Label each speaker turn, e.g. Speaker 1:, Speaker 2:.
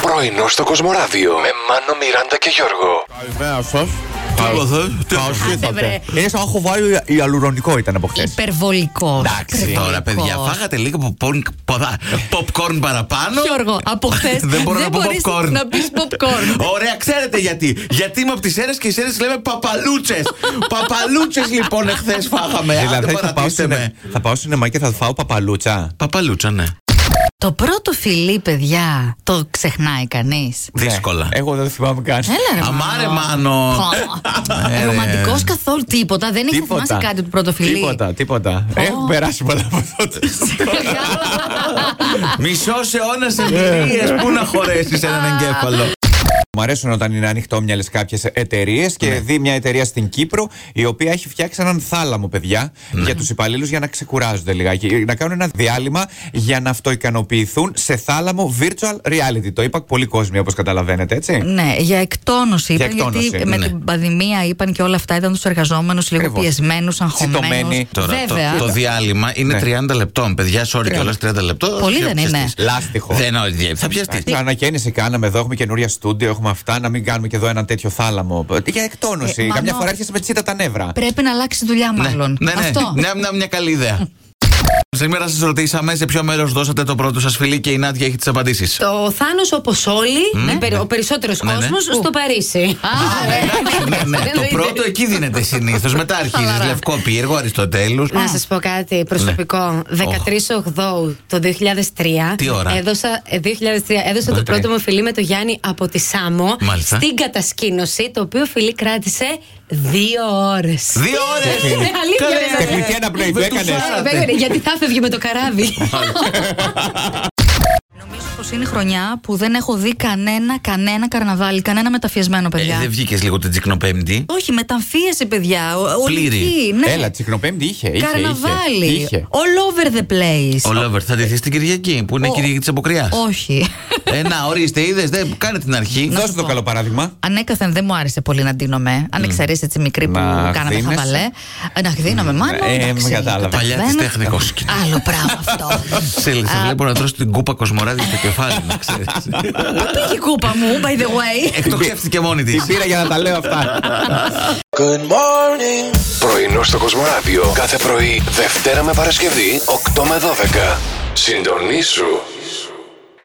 Speaker 1: Πρωινό στο Κοσμοράδιο με Μάνο, Μιράντα και Γιώργο.
Speaker 2: Καλημέρα σα.
Speaker 3: βρε.
Speaker 4: ε,
Speaker 2: Καλωσήρθατε. Είναι σαν να έχω βάλει ιαλουρονικό ήταν από χθες.
Speaker 3: Υπερβολικό.
Speaker 4: Εντάξει τώρα, παιδιά, φάγατε λίγο popcorn, ποδά- popcorn παραπάνω.
Speaker 3: Γιώργο, από χθες
Speaker 4: Δεν μπορώ να πω
Speaker 3: μπορείς
Speaker 4: popcorn.
Speaker 3: να πεις popcorn.
Speaker 4: Ωραία, ξέρετε γιατί. Γιατί είμαι από τις Σέρε και οι Σέρε λέμε παπαλούτσες. παπαλούτσες λοιπόν εχθές φάγαμε. Άντε,
Speaker 2: Δηλαδή θα πάω,
Speaker 4: παρατήστε
Speaker 2: στην,
Speaker 4: με.
Speaker 2: θα πάω σινεμά και θα φάω παπαλούτσα.
Speaker 4: Παπαλούτσα, ναι.
Speaker 3: το πρώτο φιλί, παιδιά, το ξεχνάει κανείς.
Speaker 4: Δύσκολα.
Speaker 2: Ναι. Εγώ δεν θυμάμαι καν.
Speaker 3: Έλα ρε
Speaker 4: Ε- Αμάρε,
Speaker 3: Μάνο.
Speaker 4: Μάνο. Ε,
Speaker 3: Ρομαντικός καθόλου τίποτα. Δεν έχει θυμάσει κάτι του πρώτο φιλί.
Speaker 2: Τίποτα, τίποτα. Έχουν περάσει πολλά από τότε.
Speaker 4: Μισός αιώνας
Speaker 3: Ε-
Speaker 4: εμπειρίε. Πού να χωρέσεις έναν εγκέφαλο.
Speaker 2: Μου αρέσουν όταν είναι ανοιχτόμυαλες κάποιες εταιρείες και
Speaker 3: Ναι.
Speaker 2: δει μια εταιρεία στην Κύπρο η οποία έχει φτιάξει έναν θάλαμο, παιδιά, για τους υπαλλήλους για να ξεκουράζονται λιγάκι. Να κάνουν ένα διάλειμμα για να αυτοικανοποιηθούν σε θάλαμο virtual reality. Το είπα πολύ κόσμοι, όπως καταλαβαίνετε, έτσι.
Speaker 3: Ναι, για εκτόνωση
Speaker 2: Για
Speaker 3: είπαν. γιατί
Speaker 2: εκτόνωση,
Speaker 3: με
Speaker 4: ναι.
Speaker 3: την πανδημία είπαν και όλα αυτά ήταν τους εργαζόμενους λίγο
Speaker 2: Ακριβώς.
Speaker 3: πιεσμένους, αγχωμένους.
Speaker 2: Τσιτωμένοι.
Speaker 4: Τώρα το,
Speaker 3: Βέβαια.
Speaker 4: το διάλειμμα
Speaker 2: Ναι.
Speaker 4: είναι 30 λεπτών, παιδιά. Sorry κιόλα 30 λεπτών.
Speaker 3: Πολύ
Speaker 4: Θα
Speaker 3: δεν
Speaker 4: πιαστείς.
Speaker 3: είναι.
Speaker 2: Λάστιχο.
Speaker 4: Δεν όχι, θα πιαστεί.
Speaker 2: Εντάξει, Ανακαίνιση κάναμε εδώ, έχουμε καινούρια στούντιο, έχουμε αυτά. Να μην κάνουμε και εδώ ένα τέτοιο θάλαμο. Για εκτόνωση.
Speaker 3: Ε,
Speaker 2: Καμιά
Speaker 3: Μανώ.
Speaker 2: φορά έρχεσαι με τσίτα τα νεύρα.
Speaker 3: Πρέπει να αλλάξει δουλειά, μάλλον.
Speaker 4: Ναι, ναι, ναι.
Speaker 3: Αυτό.
Speaker 4: Ναι, ναι, μια καλή ιδέα. Σήμερα σας ρωτήσαμε σε ποιο μέρος δώσατε το πρώτο σας φιλί και η Νάντια έχει τις απαντήσεις.
Speaker 5: Το Θάνος, όπως όλοι, η περι- ο περισσότερος
Speaker 4: Ναι, ναι.
Speaker 5: κόσμος στο Παρίσι.
Speaker 3: Α, ρε.
Speaker 4: ναι, ναι, το
Speaker 5: Εννοείται.
Speaker 4: πρώτο εκεί δίνεται συνήθως. Μετά αρχίζει λευκό πύργο, Αριστοτέλους.
Speaker 5: Να σας πω κάτι προσωπικό. 13 Οκτώου το 2003.
Speaker 4: Ναι. Τι ώρα?
Speaker 5: Έδωσα, ε, 2003, έδωσα το
Speaker 4: Ωραία.
Speaker 5: πρώτο μου φιλί με το Γιάννη από τη Σάμο.
Speaker 4: Μάλιστα.
Speaker 5: Στην κατασκήνωση, το οποίο φιλί κράτησε δύο ώρες.
Speaker 4: Δύο
Speaker 3: Ναι,
Speaker 4: ώρε!
Speaker 5: Είναι αλήθεια. Ε,
Speaker 2: Και κλειθεί ένα πνοή, το έκανε.
Speaker 5: Γιατί θα φεύγει με το καράβι.
Speaker 3: Νομίζω πω είναι χρονιά που δεν έχω δει κανένα, κανένα καρναβάλι, κανένα μεταφιεσμένο
Speaker 2: Ε,
Speaker 3: παιδιά.
Speaker 4: Ε, Δεν βγήκες λίγο την τσικνοπέμπτη.
Speaker 3: Όχι, μεταμφίεση, παιδιά. Ο-
Speaker 4: Πλήρη.
Speaker 3: Ολική, ναι.
Speaker 2: Έλα, τσικνοπέμπτη είχε. είχε, είχε,
Speaker 3: Καρναβάλι.
Speaker 2: Είχε.
Speaker 3: All over the place.
Speaker 4: Ο Λόβερ θα ντυθεί την Κυριακή, που είναι η
Speaker 3: Ο-
Speaker 4: Κυριακή της Αποκριάς.
Speaker 3: Όχι.
Speaker 4: Ε, να, ορίστε, είδες, δεν κάνε την αρχή.
Speaker 2: Δώσε το καλό παράδειγμα.
Speaker 3: Ανέκαθεν δεν μου άρεσε πολύ να ντύνομαι. Αν εξαιρέσεις έτσι μικρή που
Speaker 2: Να
Speaker 3: κάναμε
Speaker 2: χδίνεσαι.
Speaker 3: χαβαλέ. Ε, Να χδίνομαι, μάλλον.
Speaker 2: Ε, ε,
Speaker 3: εντάξει,
Speaker 2: μ, κατάλαβα.
Speaker 4: Παλιά της
Speaker 3: καταλαβαίνω.
Speaker 4: τέχνικο.
Speaker 3: Άλλο πράγμα αυτό.
Speaker 4: Σε σε βλέπω να τρώσει την κούπα κοσμοράδι στο κεφάλι, να ξέρεις.
Speaker 3: Πού πήγε η κούπα μου, by the way.
Speaker 4: Εκτοξεύτηκε μόνη της.
Speaker 2: Την πήρα για να τα λέω αυτά.
Speaker 1: Πρωινό στο Κοσμοράδιο κάθε πρωί, Δευτέρα με Παρασκευή, 8 με 12. Συντονίσου